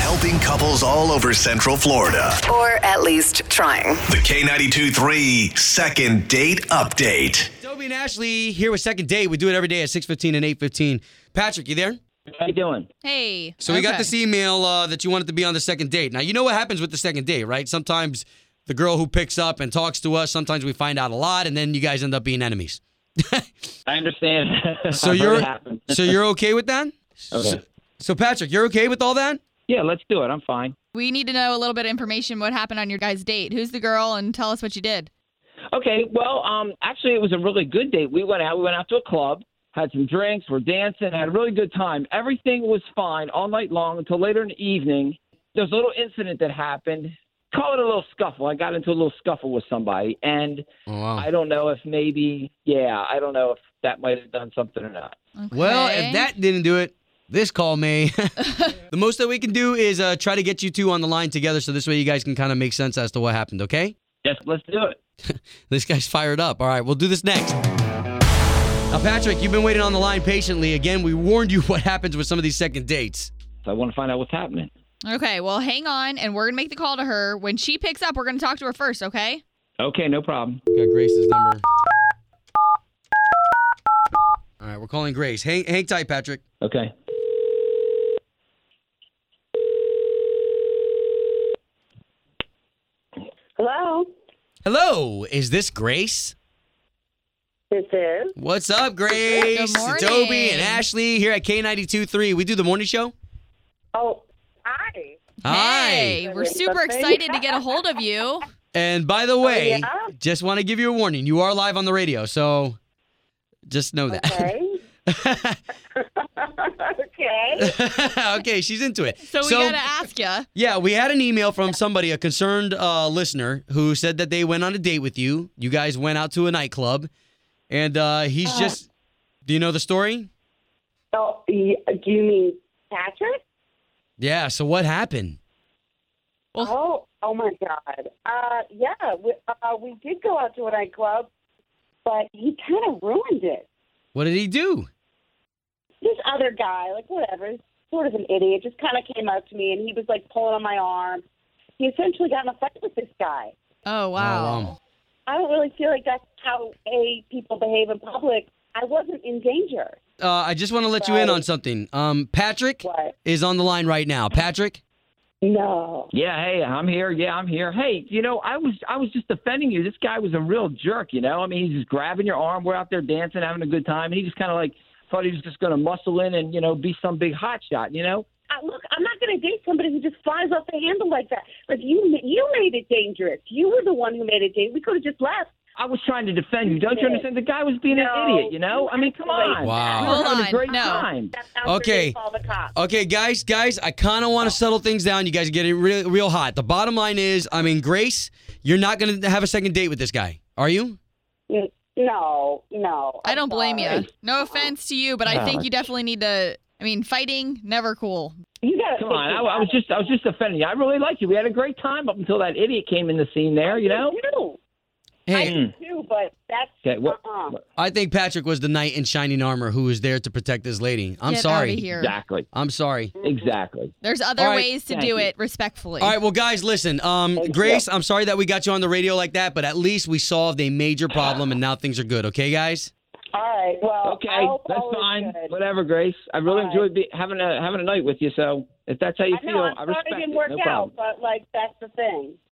helping couples all over Central Florida. Or at least trying. The K92 3 Second Date Update. Toby and Ashley here with Second Date. We do it every day at 6.15 and 8.15. Patrick, you there? How you doing? Hey. So we got okay. this email uh, that you wanted to be on the second date. Now, you know what happens with the second date, right? Sometimes the girl who picks up and talks to us, sometimes we find out a lot, and then you guys end up being enemies. I understand. So I've heard you're it happen. so you're okay with that? Okay. So, so Patrick, you're okay with all that? yeah, let's do it. I'm fine. We need to know a little bit of information what happened on your guys' date. Who's the girl and tell us what you did. Okay. Well, um, actually, it was a really good date. We went out. We went out to a club, had some drinks, we're dancing, had a really good time. Everything was fine all night long until later in the evening. There's a little incident that happened. Call it a little scuffle. I got into a little scuffle with somebody, and Oh, wow. I don't know if maybe, yeah, I don't know if that might have done something or not. Well, Okay. if that didn't do it, this call may. the most that we can do is uh, try to get you two on the line together so this way you guys can kind of make sense as to what happened, okay? Yes, let's do it. This guy's fired up. All right, we'll do this next. Now, Patrick, you've been waiting on the line patiently. Again, we warned you what happens with some of these second dates. So I want to find out what's happening. Okay, well, hang on and we're going to make the call to her. When she picks up, we're going to talk to her first, okay? Okay, no problem. Got Grace's number. All right, we're calling Grace. Hang, hang tight, Patrick. Okay. Hello, Hello, is this Grace? this is. What's up, Grace? Good morning. Toby and Ashley here at K92.3. We do the morning show. Oh, hi. Hi. Hey, we're super excited to get a hold of you. And by Oh, the way, yeah? just want to give you a warning. You are live on the radio, so just know that. Okay. okay. okay, she's into it. So we got to ask you. yeah, we had an email from somebody, a concerned uh, listener, who said that they went on a date with you. You guys went out to a nightclub, and uh, he's just. Do you know the story? So, y- do you mean Patrick? Yeah. So what happened? Oh, oh my God. Uh, yeah, we, uh, we did go out to a nightclub, but he kind of ruined it. What did he do? This other guy, like whatever, he's sort of an idiot, just kind of came up to me and he was like pulling on my arm. He essentially got in a fight with this guy. Oh, wow. Oh, um, I don't really feel like that's how a people behave in public. I wasn't in danger. uh, I just want to let you in on something. Um, Patrick is What? on the line right now. Patrick. No. Yeah, hey, I'm here. Yeah, I'm here. Hey, you know, I was I was just defending you. This guy was a real jerk, you know. I mean, he's just grabbing your arm. We're out there dancing, having a good time, and he just kind of like thought he was just going to muscle in and you know be some big hot shot, you know. I, look, I'm not going to date somebody who just flies off the handle like that. Like you, ma- you made it dangerous. You were the one who made it dangerous. We could have just left. I was trying to defend you. Don't you understand? The guy was being No, an idiot, you know. you I mean, come escalated on. Wow. We were Hold having on, a great no. time. That's after Okay. They call the cops. Uh, Okay, guys, guys, I kind of want to settle things down. You guys are getting real, real hot. The bottom line is, I mean, Grace, you're not going to have a second date with this guy, are you? N- No, no. I don't I'm blame you. sorry. No offense to you, but I think you definitely need to. I mean, fighting, never cool. You got to Come on. I, I was just I was just defending you. I really like you. We had a great time up until that idiot came in the scene there, you know. Too, Hey, too, but that's Hmm. Okay, what- uh-uh. I think Patrick was the knight in shining armor who was there to protect this lady. I'm Get sorry. outta here. Exactly. I'm sorry. Exactly. There's other All right, ways to thank do you. it respectfully. All right, well, guys, listen. Um, Thank you. Grace, I'm sorry that we got you on the radio like that, but at least we solved a major problem and now things are good. Okay, guys. All right. Well, Okay, I hope that's all is fine. good. Whatever, Grace. I really All right. enjoyed be, having a having a night with you. So if that's how you I feel, know. I'm I sorry respect it didn't it. work no out, problem. but like that's the thing.